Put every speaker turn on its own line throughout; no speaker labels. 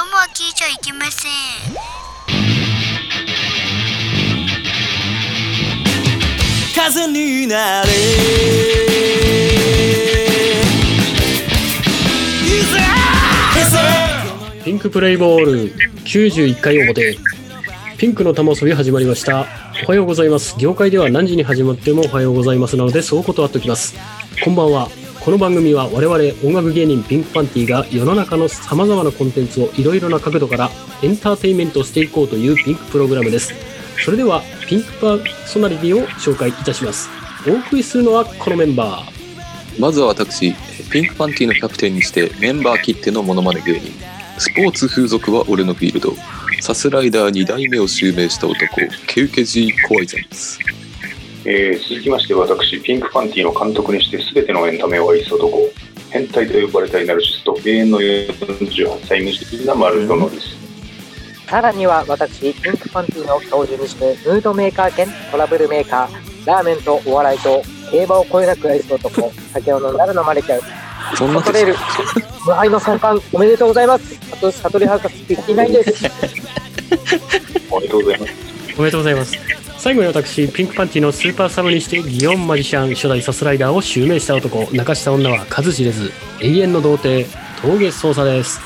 ゃいけません
風になれ
ピンクプレイボール91回表ピンクの玉遊び始まりましたおはようございます業界では何時に始まってもおはようございますなのでそう断っておきますこんばんはこの番組は我々音楽芸人ピンクパンティが世の中の様々なコンテンツをいろいろな角度からエンターテインメントしていこうというピンクプログラムですそれではピンクパーソナリティを紹介いたしますお送りするのはこのメンバー
まずは私、ピンクパンティのキャプテンにしてメンバー切ってのモノマネ芸人。スポーツ風俗は俺のフィールド。サスライダー2代目を襲名した男、ケウケジー・コアイザンです。
えー続きまして私ピンクパンティの監督にして全てのエンタメを愛す男変態と呼ばれたイナルシスト永遠の48歳無事なマルドノです、
さらには私、ピンクパンティの教授にして、ムードメーカー兼トラブルメーカー、ラーメンとお笑いと、競馬をこえなく愛す男、酒を飲んだら飲まれちゃう、
そんな
悟れる、無敗の三冠、おめでとうございます。あと、悟り博士、できないです。
おめでとうございます
おめでとうございます最後に私ピンクパンティのスーパーサブにしてギオンマジシャン初代サスライダーを襲名した男泣かした女は数知れず永遠の童貞峠捜査です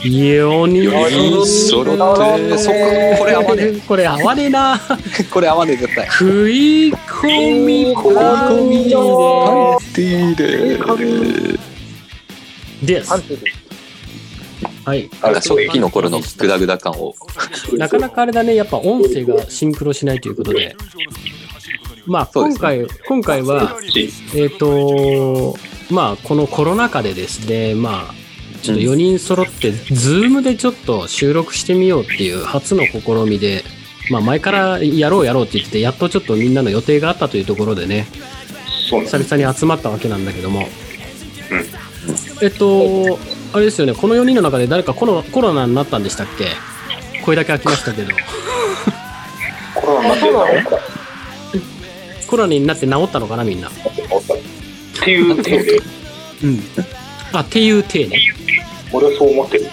4人
4人揃って、そっか、これ合わねえ。
これ合わねえな
これ合わねえ、絶対。
食い込みパンティ
パンティーで。
で
パン
す
ティです。
はい
なんか、初期の頃のグダグダ感を。
なかなかあれだね、やっぱ音声がシンクロしないということで。まあ、
そうで
今
すね
回、今回は、えっ、と、まあ、このコロナ禍でですね、まあ、ちょっと4人揃って、ズームでちょっと収録してみようっていう初の試みで、まあ、前からやろうやろうって言ってて、やっとちょっとみんなの予定があったというところでね、
そうなんです
久々に集まったわけなんだけども、
うん
えっとあれですよねこの4人の中で誰かコロコロナになったんでしたっけ声だけ開きましたけど
コロナになって治っ
コロナになって治ったのかなみんな
た治ったっていう点で
うんあっていう体ね
俺はそう思ってる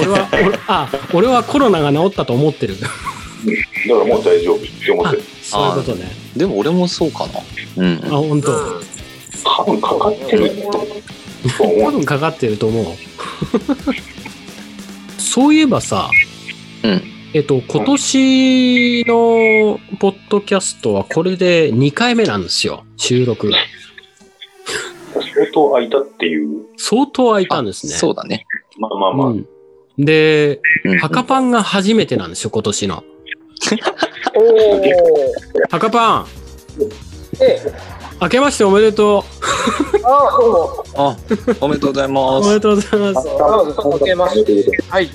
俺は 俺あ俺はコロナが治ったと思ってる
だからもう大丈夫って思っ
あ
てる
そういうことね
でも、俺もそうかな。うん。
あ本当。
多分かかってると
多
思う
分かかってると思う そういえばさ
うん。
えっと今年のポッドキャストはこれで2回目なんですよ収録が
相当空いたっていう
相当空いた
あ
んですね。
そうだね。
まあまあまあ、
うんで、
うん
ハカパンが初めてなんですよ、今年の。
おー、
ハカパン、
ええ、
明けましておめでと
ああ、どうも。
あ、おめでとうございま
う。おめ
す
で。とうございます。
ああ、続けまして、はい。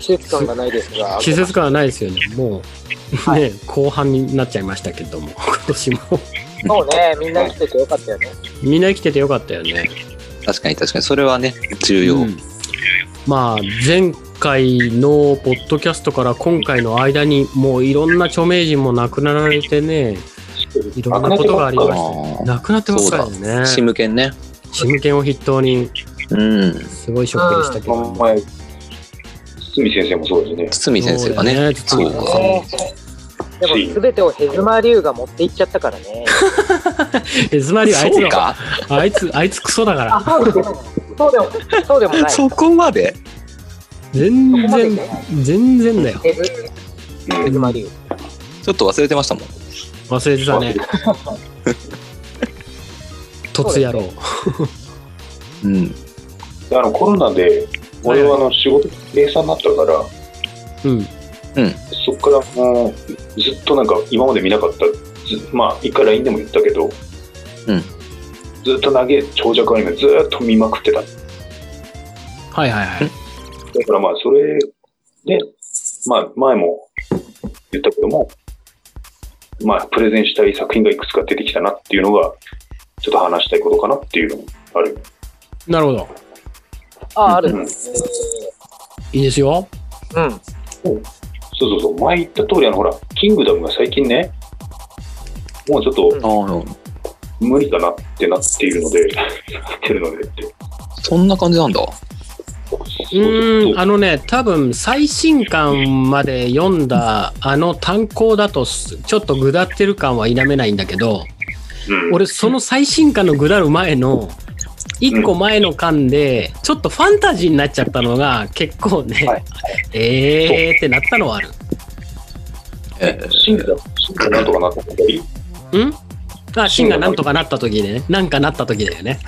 季節感がないですが、
季節感はないですよね。もう、ね、後半になっちゃいましたけども、今年も。
そうね、みんな来ててよかったよね。
みんな生きててよかったよね。
確かに確かに。それはね、重要。
うんまあ、前回のポッドキャストから今回の間に、もういろんな著名人も亡くなられてね、いろんなことがありましたよね。亡くなってばっかりだよね。
シム犬ね。
シムケンを筆頭に、
うん。
すごいショックでしたけ
こ
ど
の。前堤先生もそうですね
堤先生がね。
そ
そうう
だ
か
よね。
でも、すべてをヘズマリュウが持っていっちゃったからね。
え、つまりあいつ
そう
の、
か。
あいつ、あいつクソだ から。
そうでも、そうでも、そうでもない。
そこまで。
全
そこまで
然
じゃない、
全然だよ。
ヘズ、ヘズマリュウ。
ちょっと忘れてましたもん。
忘れてたね。突野郎。
うん。
であのコロナで俺はあの仕事閉鎖になったから
うん。
そこからもうずっとなんか今まで見なかったずまあ一回 LINE でも言ったけど、
うん
ずっと長い長尺アニメずっと見まくってただ
はいはいはい。
からまあそれでまあ前も言ったけどもまあプレゼンしたい作品がいくつか出てきたなっていうのがちょっと話したいことかなっていうのもある、
なるほど。
ああ、ある
うん
ね。
いいですよ。
うん。
そうそうそう前言った通りあのほらキングダムが最近ねもうちょっと
あ
無理だなってなっているので、なってるのでって。
あ、そんな感じなんだ。
うーん、あのね、多分最新刊まで読んだあの単行だとす、ちょっとぐだってる感は否めないんだけど、
うん、
俺、その最新刊のぐだる前の、一個前の巻で、ちょっとファンタジーになっちゃったのが、結構ね、
はい
えーってなったのはある。
え
シンガシンガなんとかなったり、
んあ、シンがなんとかなった時でね、なんかなった時だよね。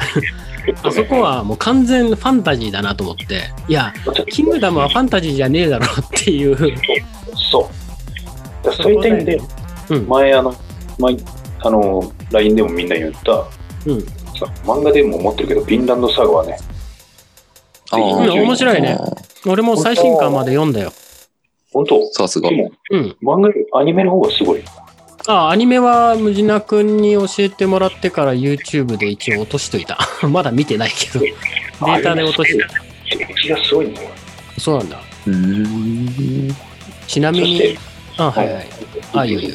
あそこはもう完全ファンタジーだなと思って、いや、キングダムはファンタジーじゃねえだろっていう。
そう。だからそういう点で、
うん。
前あの、前、あの、LINE でもみんな言った、
うん。
さ漫画でも持ってるけど、フィンランドサガはね、
あー
うん面
白いね俺も最新刊まで読んだよ。
本当
さすが
で。も、
うん。
漫画よりアニメの方がすごい。
あ、アニメはムジナ君に教えてもらってから YouTube で一応落としといた。 まだ見てないけど。データで落としといた。
敵がすごいんだよ。
そうなんだ。
うーん。
ちなみ
そし
に
て、、
あ、はいはい。あ、いいよい いよ。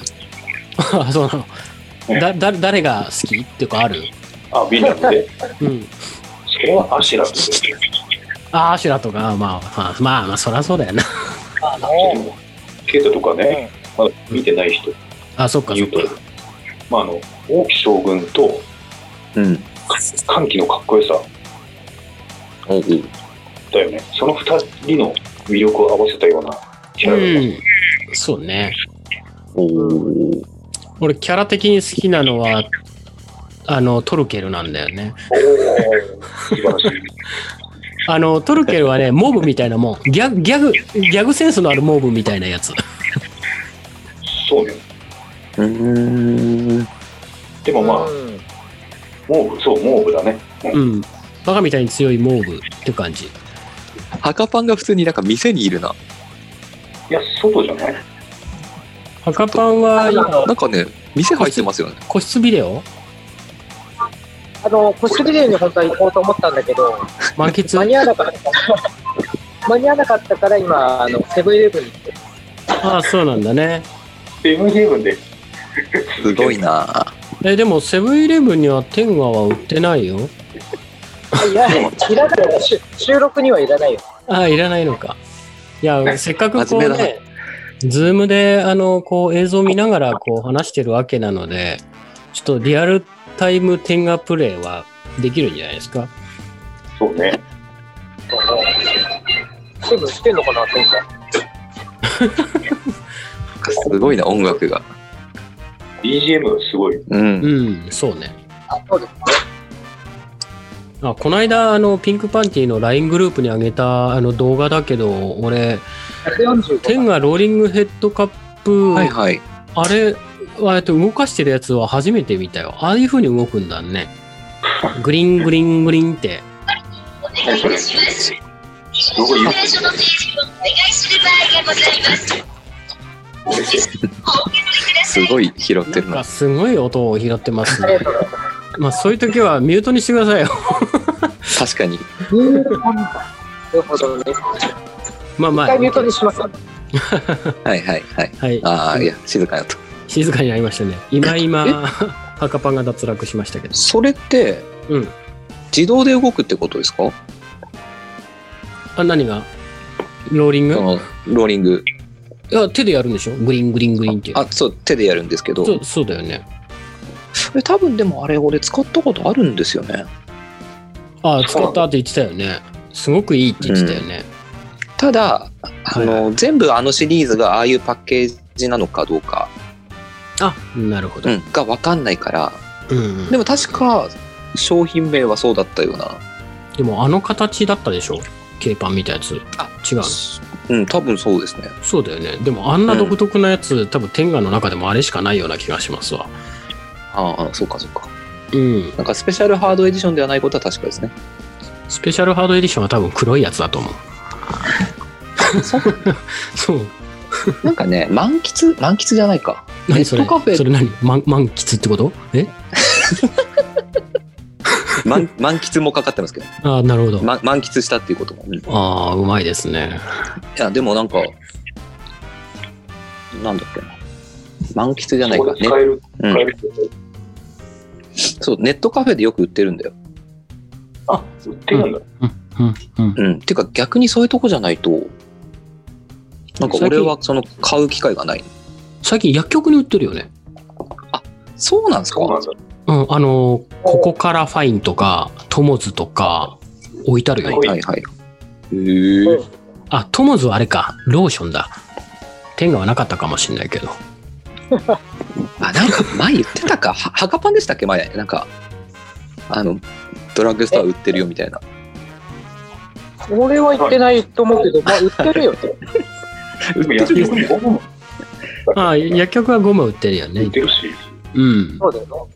あ、そうなの。だ、だ、誰が好きっていうかある
あ、ビーナで。
うん。
それはアシュラって言って
あ、アシュラとか、まあ、まあ、まあ、まあ、そりゃそうだよな。
あの
るでもケイタとかね、まだ見てない人に
あ、そっかそ
言
っ
うと
か。、
まあ、あの、王毅将軍と
うん。
か歓喜のかっこよさ
おう
だよね。その二人の魅力を合わせたようなキャラだよね
うん。そうね。
おう
俺、キャラ的に好きなのは、あの、トルケルなんだよね。
おー素晴らしい。
あの、トルケルはね、モブみたいなもん。ギャグ、ギャグ、ギャグセンスのあるモブみたいなやつ。
そうね。
うーん。
でもまあ、
うん
モーブ、そう、モーブだね。
うん。バカみたいに強いモブって感じ。
墓パンが普通になんか店にいるな。
いや、外じゃない
赤パンは今、
なんかね、店入ってますよね。
個室ビデオ
あの、個室ビデオに本当は行こうと思ったんだけど、
満喫
間に合わなかった。間に合わなかったから今、あの、セブンイレブンに行って、
ああ、そうなんだね。
セブンイレブンで。
すごいな
え、でも、セブンイレブンには天下は売ってないよ。
あいや、いらないよし収録にはいらないよ。
ああ、いらないのか。いや、せっかくこう
真面目だ
ね、ズームで、あの、こう映像見ながらこう話してるわけなので、ちょっとリアルタイム天下プレイはできるんじゃないですか。
そうね。
セブンしてんのかな、今回。
すごいな、音楽が。
BGM がすごい。
うん。
うん、そうね。
あ、そうです。
あこの間あのピンクパンティの LINE グループに上げたあの動画だけど俺
145
天がローリングヘッドカップ、
はいはい。
あれあえて動かしてるやつは初めて見たよああいう風に動くんだ ねグリングリングリンって
お願いいたします。
どこ
最
言う
初のページをお願いする場合がございます。お受け取りください。
すごい拾っ
な
てる
んか
な。
すごい音を拾ってます
あり
ね
がとうござい
まあそういう時はミュートにしてくださいよ
確かに。
ます。なるほどね。
まあまあ
一回ミュートにします。
はいはいはい。
はい
ああ、いや、静かやと。
静かになりましたね今今赤パンが脱落しましたけど
それって、
うん
自動で動くってことですか
あ何がローリング
そのローリング。
いや手でやるんでしょグリングリングリンって
あ、そう、手でやるんですけ
そ
ど、
うそうだよね
え多分でもあれ、俺使ったことあるんですよね。
あ使ったって言ってたよね。すごくいいって言ってたよね。
ただ、あの、全部あのシリーズがああいうパッケージなのかどうか、
あなるほど。
う
うん
ん、がわかんないから、
うん
でも確か商品名はそうだったような。
でもあの形だったでしょ K パンみたいなやつ。
あ
違う。
うん、多分そうですね。
そうだよね。でもあんな独特なやつ、多分天下の中でもあれしかないような気がしますわ。
ああ、そうかそうか。
うん。
なんかスペシャルハードエディションではないことは確かですね。
スペシャルハードエディションは多分黒いやつだと思う。
そう
そう。
なんかね、満喫、満喫じゃな いか。ネ
何そ
ット
れ
カフ
そ
ェ、
れ何満満喫ってことえ
満満喫もかかってますけど、
あなるほど。
ま満喫したっていうことも。うんい
ああ、うまいですね。
や、でもなんか、なんだっけな。満喫じゃない
そ
か
こで使
ね。
える、
う
使え
ん、
る。
そう、ネットカフェでよく売ってるんだよ。
あ、売ってるんだ。
うんうん
うん。てか逆にそういうとこじゃないと、なんか俺はその買う機会がない。
最近薬局に売ってるよね。
そうなんですか
そうなんだ。
うん、あの、ここからファインとか、トモズとか、置いてあるよ、
はいはいはい。へえ。
あ、トモズはあれか、ローションだ。天下はなかったかもしれないけど。
あ、なんか前言ってたか。はハガパンでしたっけ前。なんか、あの、ドラッグストア売ってるよみたいな。
俺は行ってないと思うけど、まあ、売ってるよって。
売ってる
薬
よ
局に
ね。
ゴムも
ああ薬局はゴム売ってるよ
売
ね
っ。てるし、
うん。
そうだよね。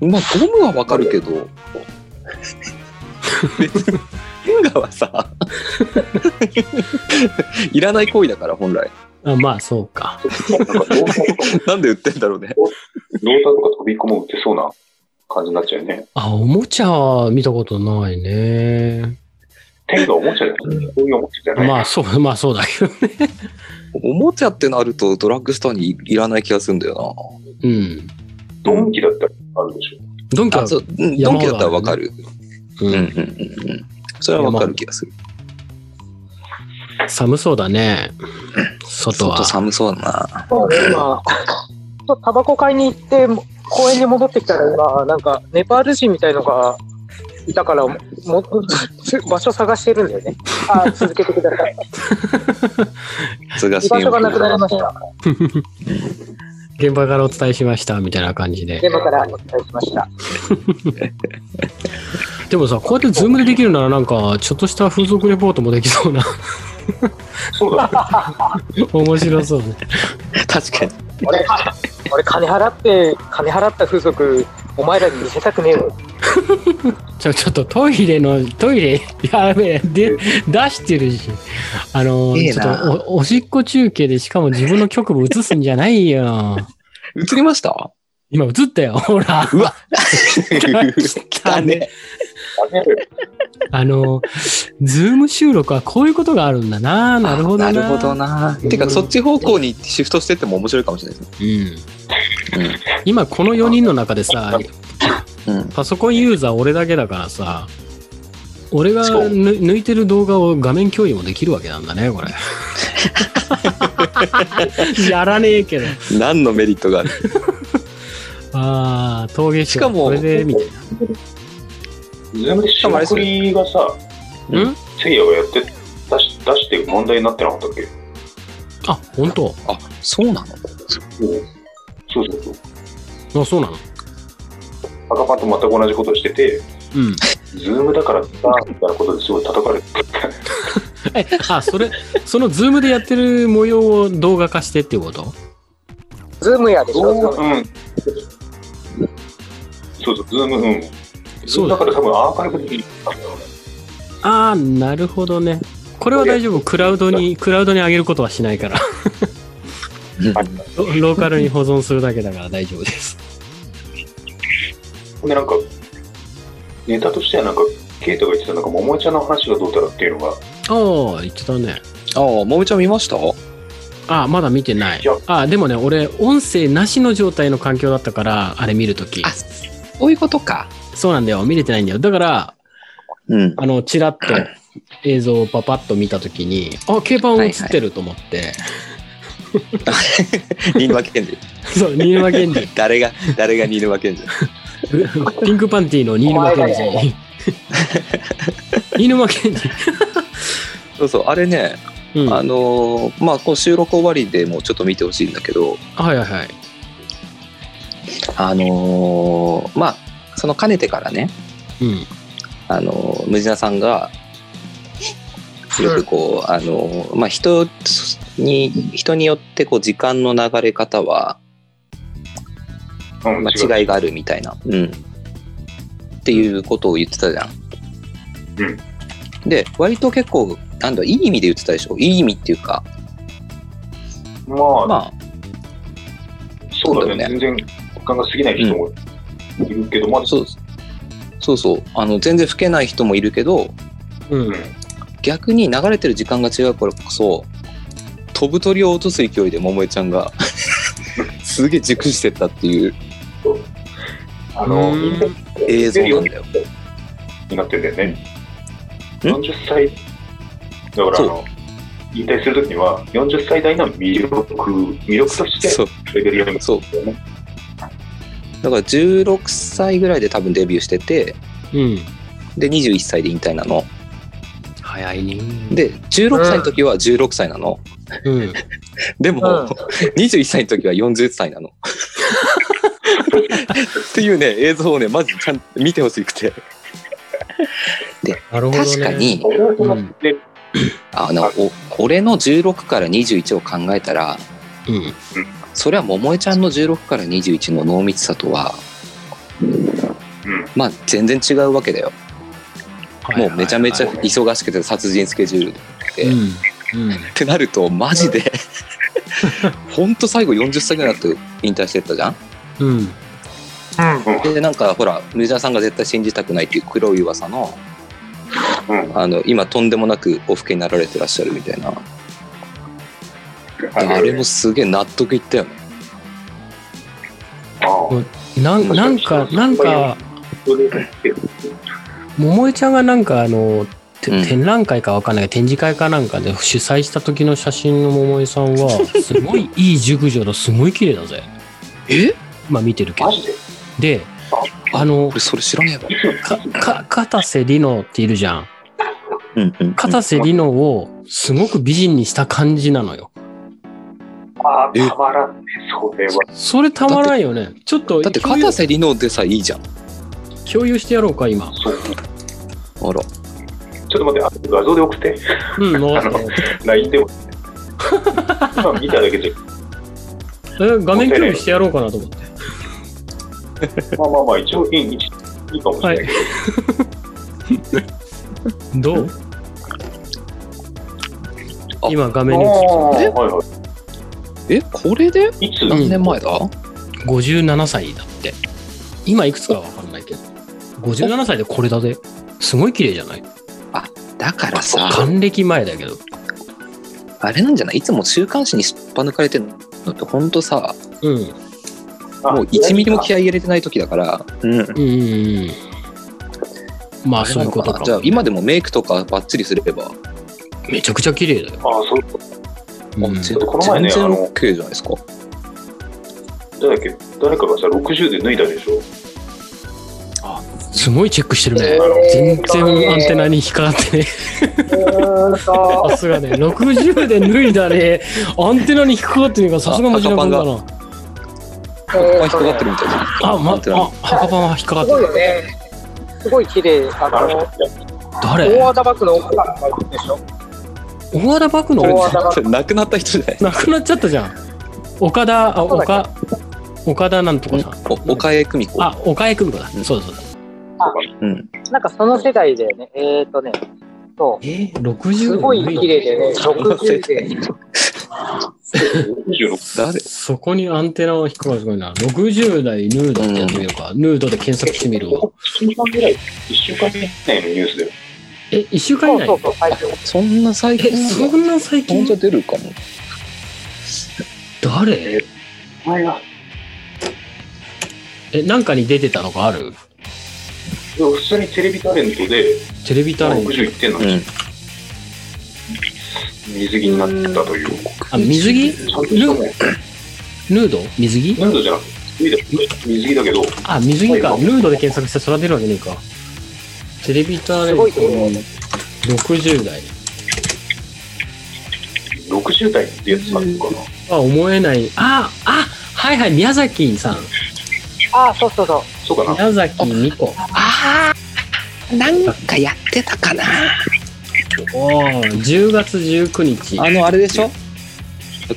まあ、ゴムはわかるけど、別に天下はさ、いらない行為だから本来。
あまあ、そうか。
なんかローターとか、
なんで売ってんだろうね。
ローターとか飛び込も売ってそうな感じになっちゃうよね。
あ、おもちゃは見たことないね。
天がおもちゃだよね。そういうおもちゃじゃない。
まあ、そう、まあ、そうだけどね。
おもちゃってなるとドラッグストアにいいらない気がするんだよ
うん。
ドンキだったらあるでしょ。
ドンキ
な。
は
あ、そう、うんド
山
ン
ほ
キ
どあるね
だったらわかる。
う
うんうんうん
ん、
うん。それはわかる気がする。
寒そうだね。外は
外。寒そうだな。
そうだよ今、ちょっとタバコ買いに行って、公園に戻ってきたら、今、なんか、ネパール人みたいのがいたから、も場所探してるんだよね。あ続けてください。
それが
居場所がなくなりまし。
した
現場からお伝えしました、みたいな感じで。
現場からお伝えしました。
でもさ、こうやってズームでできるなら、なんか、ちょっとした風俗レポートもできそうな。
そうだね。
面白そうね。
確かに。
俺、俺金払って、金払った風俗、お前らに見せたくねえよ。
ちょ、ちょっとトイレの、トイレ、やべえ、で、出してるし。あの、
いい
ちょ
な
っとお、おしっこ中継でしかも自分の局部映すんじゃないよ。
映りま した
今映ったよ、ほら。
うわ
来たね。あの、ズーム収録はこういうことがあるんだな。なるほどな。
あなるほどな。てか、そっち方向にシフトしてっても面白いかもしれないですね。
うん。今この4人の中でさ、
うん。うん。
パソコンユーザー俺だけだからさ、俺が
そう
ぬ抜いてる動画を画面共有もできるわけなんだね、こ れ。やらねえけど。
何のメリットがある
ああ、陶芸師
しかも
これで見て。
ズームでしまくりがさ、
うん
せいやがやって、出し出して問題になってなかったっけ
あ、本当
あ、そうなの
そうそうそう。
あ、そうなの
赤パンと全く同じことしてて、
うん。
ズームだからさ、みたいなことですごい叩かれて、
え、 あ、それ、そのズームでやってる模様を動画化してっていうこと
ズームやでしょ、ズーム
うん。そうそう、ズーム、うん。ズー
そう
ム
だ
だから多分アーカイブでいいんだろうね。
ああ、なるほどね。これは大丈夫。クラウドに、クラウドに上げることはしないから。ロローカルに保存するだけだから大丈夫です。
で、なんか、ネタとしてはなんか、ケイトが言ってたなんか、桃江ちゃんの話がどうたらっていうのが、
ああ、言ってたね。
ああ、もみちゃん見ました
ああ、まだ見てない
いや。
ああ、でもね、俺、音声なしの状態の環境だったから、あれ見るとき。
そういうことか。
そうなんだよ。見れてないんだよ。だから、
うん。
あの、チラッと 映像をパパッと見たときに、あ、競馬映ってると思って、
新沼健治。
そう、新沼健治、
誰が、誰が新沼健治。
ピンクパンティーの新沼
お
健
前が
治。新沼健治。
そうそう、あれね、
うん。
あ
はい
のーまあ、こう収録終わりでもうちょっと見てほしいんだけど、
はいはい。
あのーまあ、そのかねてからね、
うん。
あのー、ムジナさんが、よくこう、あのーまあ、人に、人によってこう、時間の流れ方は、
うん、
ま
う。
あ、違いがあるみたいな、うん、っていうことを言ってたじゃん。で割と結構なんだいい意味で言ってたでしょいい意味っていうか
まあ、
まあ
そうだ
そうだ
ね。
よ
全然、時間が過ぎない人もいるけど、まあ、
そうそうそうあの全然老けない人もいるけど
うん。
逆に流れてる時間が違うからこそ飛ぶ鳥を落とす勢いで桃江ちゃんがすげえ熟してったっていう
あの、
うん
映像なんだよ。
になってんだよね。 40歳、だからあ
そう
の、引退するときには、40歳代の魅力、魅力として、
そう
レベル4
そう
ですよね。
だから16歳ぐらいで多分デビューしてて
うん。
で21歳で引退なの
早いね。
で16歳の時は16歳なの、
うん。
でも、
うん
21歳の時は40歳なのっていうね映像をねまずちゃんと見てほしくて
なるほどね。
確か。に
俺はその、
うん
で、
あのお俺の16から21を考えたら
うん。
それは桃江ちゃんの16から21の濃密さとは
うん、
まあ全然違うわけだよもうめちゃめちゃ
はいはい
忙しくて殺人スケジュールっ
う
て、
ん。
っ
うん。
てなるとマジで ほんと最後40歳ぐらいになって引退してったじゃん
うん。
でなんかほらメジャーさんが絶対信じたくないっていう黒い噂の
うん、
あの今とんでもなくお老けになられてらっしゃるみたいな
あの
あれもすげえ納得いったよね
ああ
なんなんか、なんか、
それで
桃江ちゃんがなんかあの、て
うん
展覧会かわかんないけど展示会かなんかで主催した時の写真の桃江さん はすごいいい熟女だすごい綺麗だぜ
え
今見てるけど
マジで
であの
俺それ知らねえわ
かか片瀬里乃っているじゃん
うんうん
片瀬里乃をすごく美人にした感じなのよ
ああ、
え
たまらんね、それは。
それたまらんよねちょっと
だって
共有
片瀬里乃でさいいじゃんあ
共有してやろうか今
そう
ら
ちょっと待って、あの画像で送って、
うん分かった
LINE でも。今見ただけで、
え画面共有してやろうかなと思って
まあまあまあ、一応いい、いいいいかもしれないけど。
どう
あ
今画面に映っ
ああ
え
はいは
えこれで
い。いつ、
何年前だ、
57歳だって今いくつかは分かんないけど57歳でこれだぜすごい綺麗じゃない
だからさ
還暦前だけど
あれなんじゃないいつも週刊誌にすっぱ抜かれてるのってほんとさ
うんうん
もう1ミリも気合い入れてない時だから、うん、
うんうんまあ
れ
そう
ないの
うこ
か
と
な
か
じゃあ今でもメイクとかバッチリすれば、
めちゃくちゃ綺麗だよ、
ああ、そう。
うん
あぜ
だってこの前ね
全
あ
然
の
OK じゃないですか
誰だっけ誰かがさ、60で脱いだでしょ。
すごいチェックしてるね
えー
全然アンテナに引っかかってね
うーんと
さすがね60で脱いだねアンテナに引っかかってるからさすがマジなもんだな
まあ引っかかってるみたいな
あまあ
なんてなの
墓パンは引っかかっ
す
て
ごい
る
よね。すごい綺麗。あ
あの人
の、
誰
大和田バッグの奥さんがいるでしょ。
大和田幕の
大和田バッ
それ亡くなった人じゃない
なくなっちゃったじゃん。岡田、あ、
そうだ
岡、岡田なんとかさん。
お岡江久美子
あ、岡江久美子だ。
うん
そうだそうだ。
うん
グなんかその世代だよね。えーとね、そ
えー、60
う。すごい綺麗でね、60で。
66
誰
そこにアンテナを引っかかるすごいな。60代ヌードってやってみようか。ヌードで検索してみるわ。
1週間ぐらい、1週間ぐらい前のニュースだよ。
え、1週間以
そうそ
内
うそう、最初。
そんな最
え、
近な
そ
の
んな最
ほんじゃ
近
出るかも
誰
前が、
え、なんかに出てたのかある
普通にテレビタレントで
テレビタレント。
60いってんの
う
に、
ん
水着になってたという。
あ、水着
ちゃんとしたもん。ヌ
ヌード水着
ードじゃなくて、水着だ水着だけど、
あ、水着か。ヌードで検索してそら出るわけねえか。テレビタレ
す
ン
ご
ト
い綺麗。
60代。
60代ってやつなのかな。
あ、思えない。あ、あ、はいはい、宮崎さん。
ああ、そうそうそう。
そうかな。
宮崎美子。
なんかやってたかな
おお、10月19日。
あのあれでしょ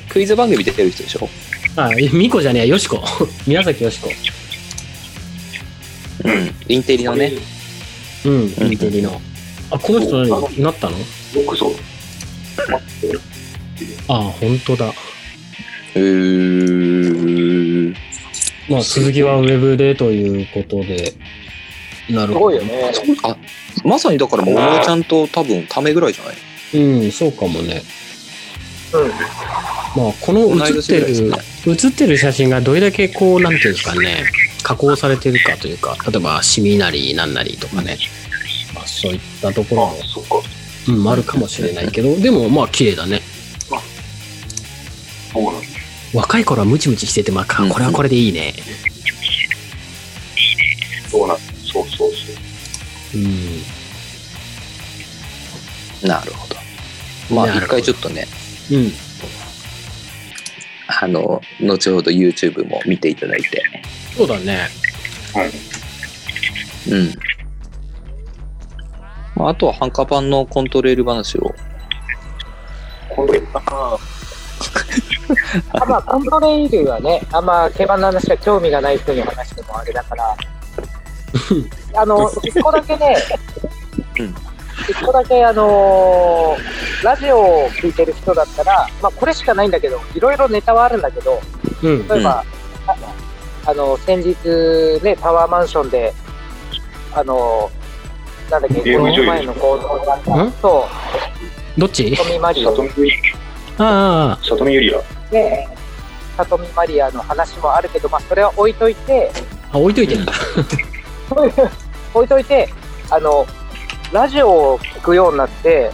クイズ番組出てる人でしょ
あ、え美子じゃねえや、よしこ。 宮崎よしこ。
うんインテリのね
うん、インテリの。あ、この人何なったの
よくそう。
あ、本当だ。
うーん
まあ、続きはウェブでということで。なる
す
ほ
ごい
ど
よ。ね。
あまさにだからももちゃんと多分ためぐらいじゃない
うん、そうかもね。
うん
まあ、この写って
同い年ぐ
る
らい、
写ってる写真がどれだけこう、なんていうんですかね、加工されてるかというか、例えばシミなりなんなりとかね、まあ、そういったところ
あ
も、
そっか。
うん、あるかもしれないけど、でもまあ綺麗だね。
そうなんだ。
若い頃はムチムチしてて、まあか、これはこれでいいね。
そうなんだ。そうそうそ
う
う。
ん。
なるほど。まあ、
なるほど
一回ちょっとね、
うん。
あの、後ほど YouTube も見ていただいて。
そうだね。
うん。まあ、あとは、ハンカパンのコントレール話を。
今度、ああ、
あまあ、コントレイルはね、あんま競馬の話は興味がない人に話してもあれだから、あの、一個だけね、
うん
一個だけ、あのーラジオを聞いてる人だったら、まあ、これしかないんだけど、いろいろネタはあるんだけど、
うん。
例えば、なんかあの、先日ね、タワーマンションで、あのーなんだっけ、
ゲーム
こ
女優
の前の行動があった
ん
そ
どっち
う、富マリオ
里見ゆり、
ああ、
里見ゆりや。
で、里見マリアの話もあるけど、まあ、それは置いといて、
あ、置いといてんだ。
置いといて、あの、ラジオを聞くようになって、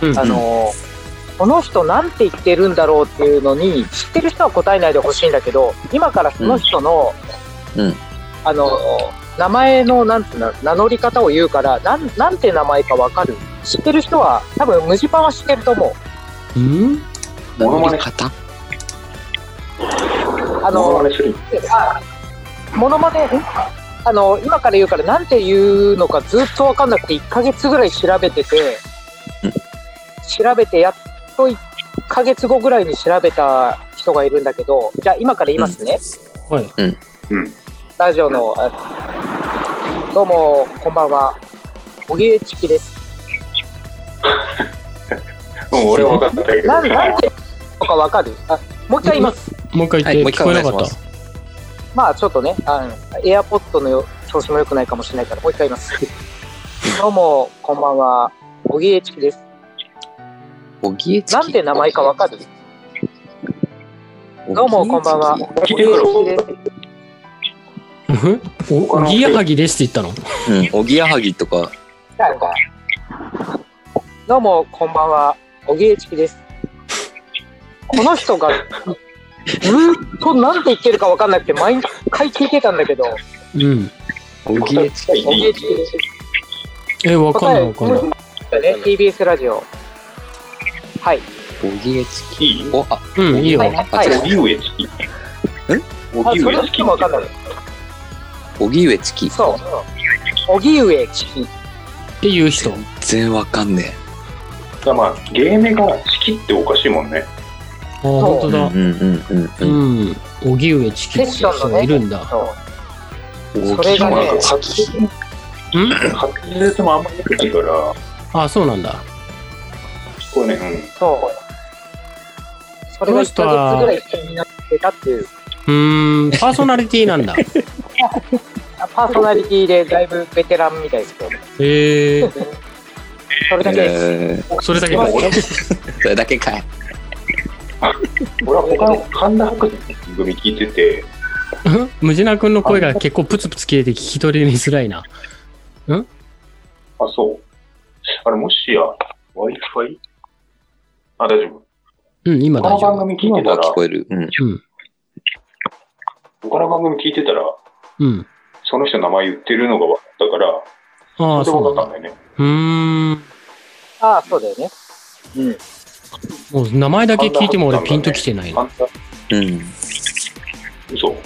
うん。
あの、この人なんて言ってるんだろうっていうのに、知ってる人は答えないでほしいんだけど、今からその人の、
うんうん
あの、名前の、なんていうの、名乗り方を言うから、なん、なんて名前かわかる。知ってる人は、多分、ムジパンは知ってると思う。
うん
モノマネ
方
あ
モノ
の
マ、ネする。
あモノマネんあの今から言うからなんて言うのかずっと分かんなくて1ヶ月ぐらい調べてて
うん
調べてやっと1ヶ月後ぐらいに調べた人がいるんだけどじゃあ今から言いますね、
はい。
うん。
ラジオのあどうもこんばんは荻上チキです
うん、俺は分かったんだけど。
なんなんて言うのか分かるあもう一回言います
もう一回
はい
言っ
もう
て、
一
聞
回
こ
お
え
願
ないか
し
っ
ま
た
す。
まあちょっとね、あのエアポッドのよ調子も良くないかもしれないから、もう一回言います。 どうも、こんばんは。小木栄チキです。
おぎえつき。
なんて名前かわかるどうも、こんばん
お
は。
ぎえ
小木栄チキです。
うん お、おぎやはぎですって言ったの
つきうん、おぎやはぎとか、
なんかどうも、こんばんは。小木栄チキです。この人が、ずーっとなんて言ってるかわかんなくて、毎回聞いてたんだけど、
うん。
おぎえつき。
小木栄チキです。
え、わかんないわかんない。
ね、TBS ラジオ。はい。
おぎえつき。
いい
お、あ、
うん、いいよ
は。い、は
あ
い
違う。
荻上チキ。ん
あ、
荻
それ
上
だ
チ
け
キ。
もわかんない。
おぎうえつき。
そう。荻上チキ。
っていう人。
全然わかんね
ただまあ、芸名がチキっておかしいもんね。
あ、本当
え。う
だ
ん。うんうん
う
うん
ん。荻上チキっていう人がいるんだ。
そう。
うん。
それが
お
ね
ぎ
まあ
えつ
発
き。
音
ん
発音でてもあんまり良くないから、
あ、そうなんだ。
これね、
そう。それが1ヶ月ぐらい一緒になってたっていう。
うーん、パーソナリティ なんだ。
あパーソナリティでだいぶベテランみたいですけど。
ええ
それだけです。
えー
それだけ
うん。
で
まあ
す。
俺
それだけかい。
は、俺は他の神田伯山の番組聞いてて、
うん ムジナ君の声が結構プツプツ切れて聞き取りづらいな。
あ、そう。あれ、もしや、Wi-Fi? あ、大丈夫。
うん、今
他
大
の
丈
番
夫。
組聞
今
いてた
は
ら、
聞こえる。うん。
うん。
他の番組聞いてたら、
うん。
その人の名前言ってるのが分かったから、
ああ、
それ
そう
分か
な
っ
んだ。
たんだよね。
うーん。
ああ、そうだよね。うん。
もう名前だけ聞いても俺ピンときてないな。
神田、
うん。
嘘、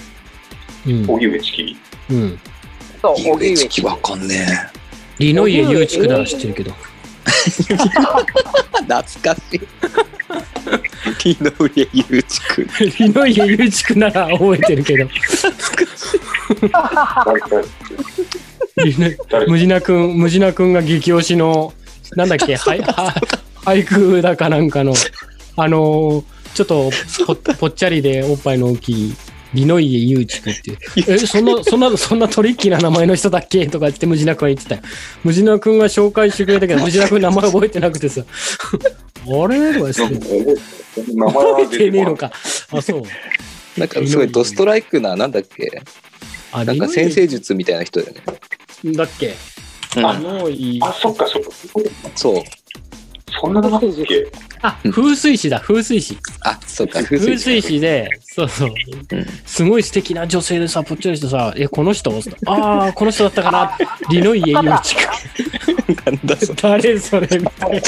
うん。
荻上チキ。
うん。
そう、
おぎ
荻
え
上
つ
チ
き
キ。
わかんね
リノイエ・ユーチクだは知ってる けど。
え。懐かしい。井上裕一君。
リノイエ・ユーチクなら覚えてるけど。
誰か
リノイ
誰か
ムジナ君、ムジナ君が激推しの、なんだっけ、はいは俳句だかなんかの、あのー、ちょっとぽぽっちゃりでおっぱいの大きい、リノイエ・ユーチクっていう。え、そんな、そんな、そんなトリッキーな名前の人だっけとか言ってムジナ君は言ってたよ。ムジナ君が紹介してくれたけど、ムジナ君名前覚えてなくてさ。あれとか言って
名前
覚
は
えて
出
ねえ
て
の
こない。
か。あ、そう。
なんかすごいドストライクな、なんだっけ。
あ、
なんか
リノイエ
先生術みたいな人だよね。
だっけのいい
あ、そっか、そっか。
そう。
そんな長いっけ
あ、風水師だ、風水師。
あ、そうか、風
風
水
水
師。
師で、そうそう
うん。
すごい素敵な女性でさ、ぽっちゃりしてさ、え、この人ああ、この人だったかな。リノイエユーチか。
なんだそれ
誰それみたいな。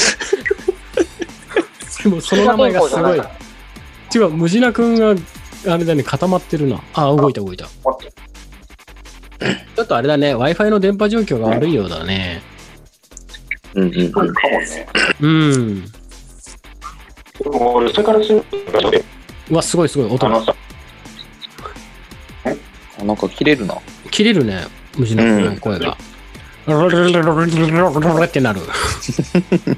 でもその名前がすごい。違う、ムジナ君が、あれだね、固まってるな。あー動いた動いた。
待って
ちょっとあれだね、Wi-Fi の電波状況が悪いようだね。
うんうん
か
う
も
ん。
ね。
うん。
でも俺、それからすると、
うわ、すごいすごい、
あ
音が。
のさ、
あなんか切れるな。
切れるね、ムジナ君の声が。ロロロロロロロロ ってなる。バッ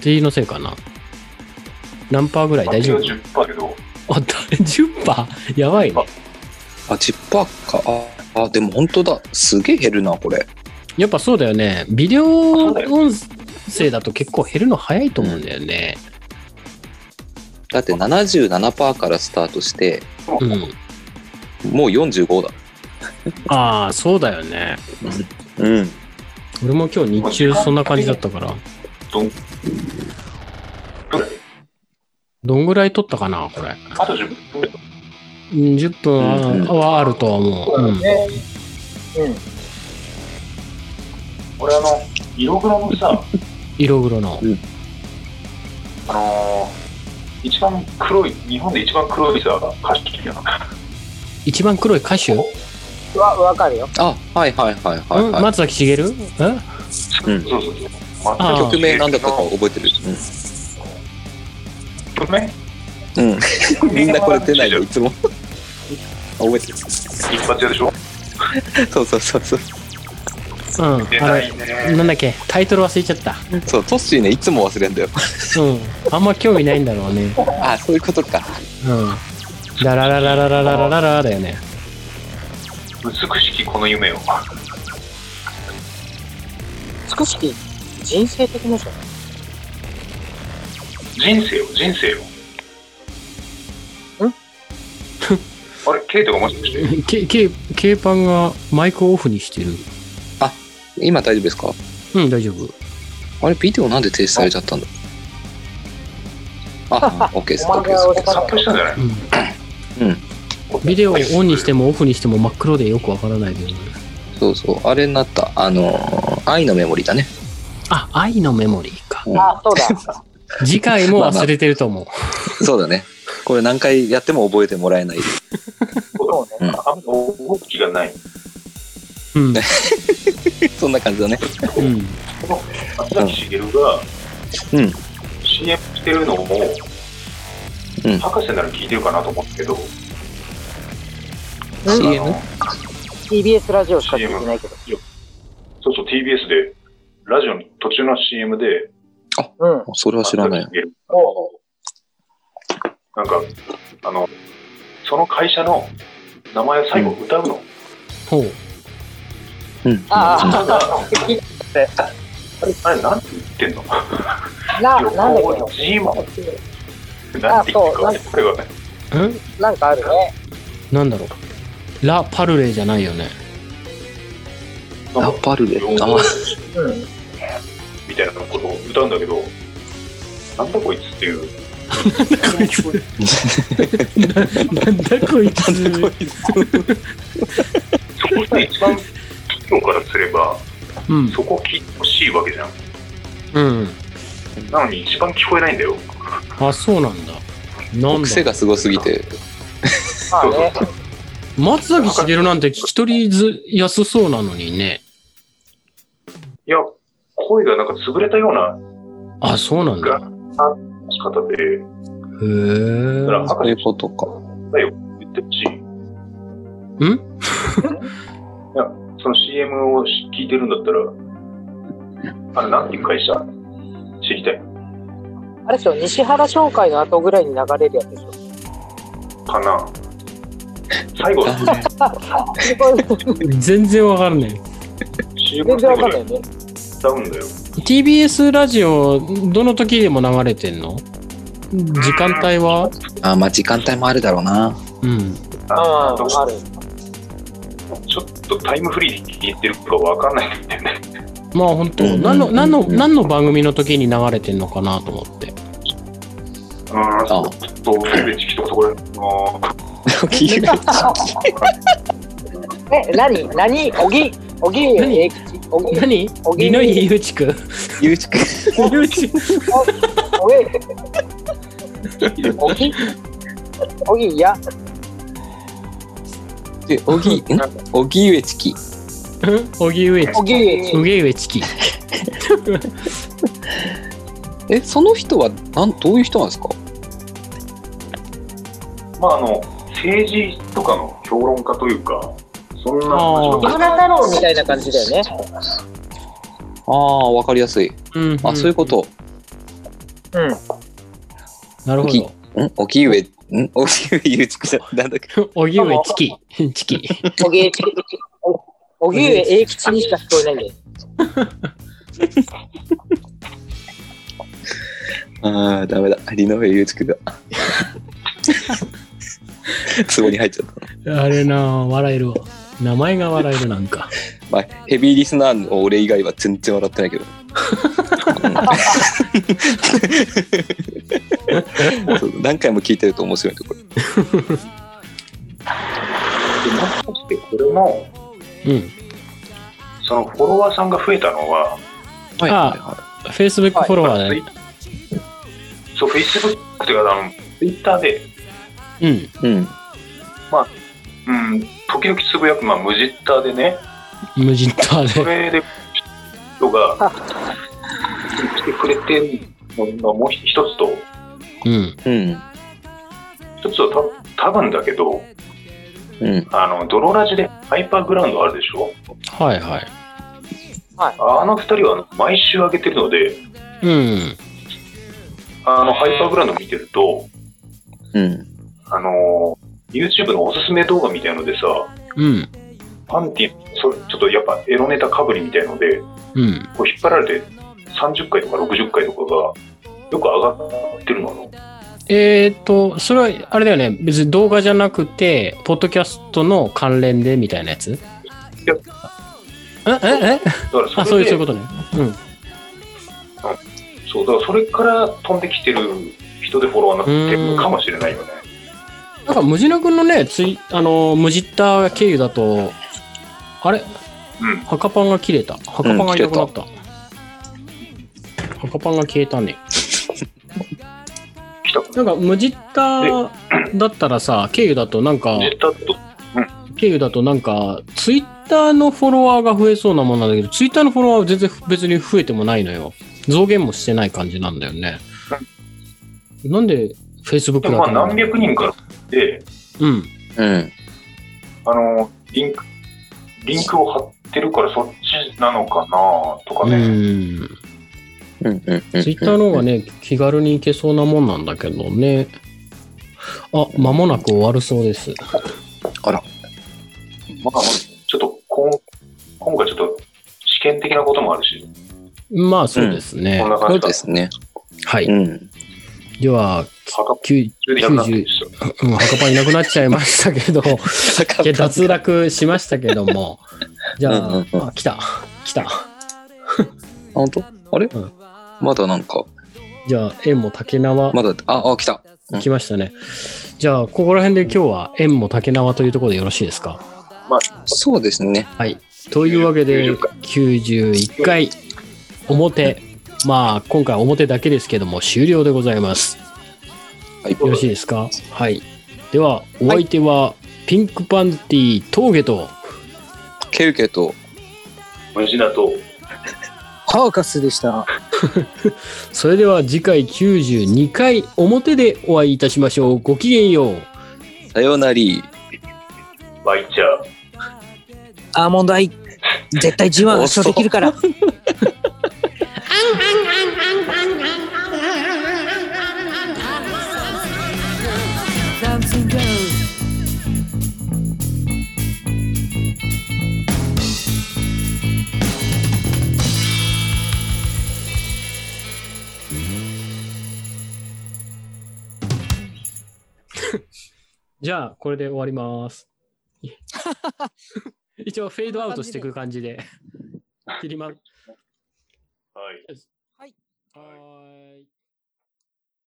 テリーのせいかな。何パーぐらい大丈夫
10%だけど、
あ、10パーやばいね。
あ、10%か。あ、あでも本当だ。すげえ減るな、これ。
やっぱそうだよね。ビデオ音声だと結構減るの早いと思うんだよね。
だって77%からスタートして、
うん。
もう45だ。
ああ、そうだよね。
うん。
俺も今日日中そんな感じだったから。
どんぐらい
どんぐらい撮ったかな、これ。
あと10分ぐらい。
うん10分
うん
ははあるとは思う。うん。
うん。
俺、あの、色黒のさ、
色黒の。
あのー、一番黒い、日本で一番黒いさ、歌手っていうのか
一番黒い歌手、
わ、わかるよ。
あ、はいはいはいはい、
ん
はい。
松崎しげるん
うん
そうそうそう。
あー
曲名なんだったか覚えてる。
曲名
うん。うん、みんなこれ出ないの、
一
いつも。あ覚えてる。
発屋でしょ
そうそうそうそう。
うん。
出
あ
ない
れ、
ね。
なんだっけタイトル忘れちゃった。
そう、トッシーね、いつも忘れんだよ。
うん。あんま興味ないんだろうね。
あ、そういうことか。
うん。ララララララララララだよ ね。
美しきこの夢を。
美しき人生的なじゃない
人生を、人生を。
ん
あれ、ケイトがもしかして。
け、け、けパンがマイクをオフにしてる。
今大丈夫ですか
うん、大丈夫。
あれ、ビデオなんで停止されちゃったんだあ、オッケーです。
お
オッケ
前
ーで
が
す。
俺
殺到したんじゃない
うん。
うん
ビデオをオンにしてもオフにしても真っ黒でよくわからないけどね。
そうそう。あれになった。あのー愛のメモリーだね。
あ、愛のメモリーか。
あ、そうだ。
次回 も忘れてると思う。
そうだね。これ何回やっても覚えてもらえない。
そうね。
あんま動きがない。
うん。
そんな感じだね。
うん。
松崎しげるが、
うん
CM してるのを、
うん
博士なら聞いてるかなと思うけど、
CM?
TBS ラジオしか聞いてないけど。
そうそう TBS で、ラジオの途中の CM で、
うん。
それは知らない。
なんか、あの、その会社の名前を最後歌うの。
ほう。
うん。
あ
歌うのあれ、あれ、なんて言ってんの
あ、な、なんだっけ
旅行ジーマなんて言ってるかわかんないこれはね
ん
なんかあるね。
なんだろう。ラ・パルレイじゃないよね。
ラパルレ。あ
うん。
みたいなことを歌うんだけど、なんだこいつっていう。
こいつ。なんだこいつ。
そこが一番企業からすれば、
うん。
そこ聞いてほしいわけじゃん。
うん。
なのに一番聞こえないんだよ。
あ、そうなんだ。なん
癖
だ。
がすごすぎて。
まあね。
松崎しげるなんて聞き取りず安そうなのにね。
いや、声がなんか潰れたような
あ、そうなんだ。
仕方で、
へえ
だから
そう
博
い
士
うことか。
言ってるし、
うん
その CM を聞いてるんだったら、あれ、なんていう会社知りたい。
あれでしょ、西原商会の後ぐらいに流れるやつでしょ。
かな。最後、
すごい
全然わかんない。
CM
全
の
然
最
わ
後
かんないよ
で
ね。
歌うんだよ。
TBS ラジオ、どの時でも流れてんの時間帯は
あ、まあ時間帯もあるだろうな。
うん。
あ
どうし
あ、ある。
ちょっとょっとタイムフリーに言ってるかわかんないんだよね。
まあ本当、
うん
何の何の
うん
何の番組の時に流れてんのかなと思って
うーん、ちょっと、ベベチキとかそこら辺の、
聞いて
え、何何小木小木
何
英吉小木
何
小木
リノイユチク
ゆうちくん
ユチ
小木小木小木いや、
でおぎんおぎうえちき
オギウエチ
小木
キウゲウエチキ
えその人はなんどういう人なんですか
まあ、あの、政治とかの評論家というか、そんな話ば
あ
っ
ー
かり
井村太郎みたいな感じだよね。
ああわかりやすい
うん
あそういうこと
うん。
なるほど
んおぎうえんおぎうえゆうちくじゃなんだっけ
オギウエチキ チキ
小木英吉小木英吉にしか聞こえないんだよ。
ああダメだリノベゆうちく が壺に入っちゃった
あれなあ笑えるわ名前が笑えるなんか
まあ、ヘビーリスナーの俺以外は全然笑ってないけど。うんそう何回も聞いてると面白いところ。
でもしかしてこれも、
うん
そのフォロワーさんが増えたのは、
はいは
フェイスブックフォロワーだね
そう、Facebook というか、あの、Twitter で、
うん
い。うん。
うん、時々つぶやく、まあ、無実タで ね、
無人島
そ
で
れで、人が、来てくれてるのがもう一つと、
うん
うん。
一つはた多分だけど、
うん。
あの、ドロラジでハイパーグラウンドあるでしょ
はいはい
あの二人はあの毎週上げてるので、
うん
あの、ハイパーグラウンド見てると、
うん。
あの、YouTube のおすすめ動画みたいのでさ、
うん
パンティ、それちょっとやっぱエロネタかぶりみたいので、
うん
こう引っ張られて30回とか60回とかがよく上がってるのよ。
えっとそれはあれだよね別に動画じゃなくてポッドキャストの関連でみたいなやつ
や
えええ
だからそれで
あそういうそういうことね
そうだからそれから飛んできてる人でフォロワーになってるのかもしれないよね。
なんかムジナ君のねツイあのムジッター経由だとあれ
うん。
ハカパンが切れたハカパンがいなくなった、ハカパンが消えたね
来たか
なんかムジッターだったらさ経由だとなんか
な。絶対と、
経由だとなんか、ツイッターのフォロワーが増えそうなもんなんだけど、ツイッターのフォロワーは全然別に増えてもないのよ。増減もしてない感じなんだよね。なんで、Facebook だと
でもまあ何百人かで、
うん。
うん。
あの、リンク、リンクを貼ってるからそっちなのかなとか
う
ね。
ん。
うん。うん。うん。
ツイッターの方がね、気軽に行けそうなもんなんだけどね。あ、間もなく終わるそうです。
まあ、ちょっとこん今回ちょっと試験的なこともあるし、
まあ、そうですね
こん。な
そ
感
う
じだ
で。すね。
は
う
い。
ん。
では、
墓
9、
中でいなくなってるし
うん、墓場いなくなっちゃいましたけど、いや脱落しましたけど も。じゃあ、
うんうんうん
あ来た。来た。
あ本当？あれ
うん
まだなんか、
じゃあ、縁も竹縄、
まだ、あ、あ、来た。
来ましたね。じゃあ、ここら辺で今日は縁も竹縄というところでよろしいですか。
そうですね。
はい。というわけで、91回表、まあ、今回表だけですけども、終了でございます。
はい。
よろしいですか。はい。では、お相手は、ピンクパンティ峠と、
ケウケと、
無事だと、
ハーカスでした。
それでは次回92回表でお会いいたしましょう。ごきげんよう。
さよなり。
バイチャー。
アーモンドアイ、絶対 G1
圧勝できる
から。
じゃあ、これで終わります。一応フェードアウトしていく感じで。切りま、
はい。
は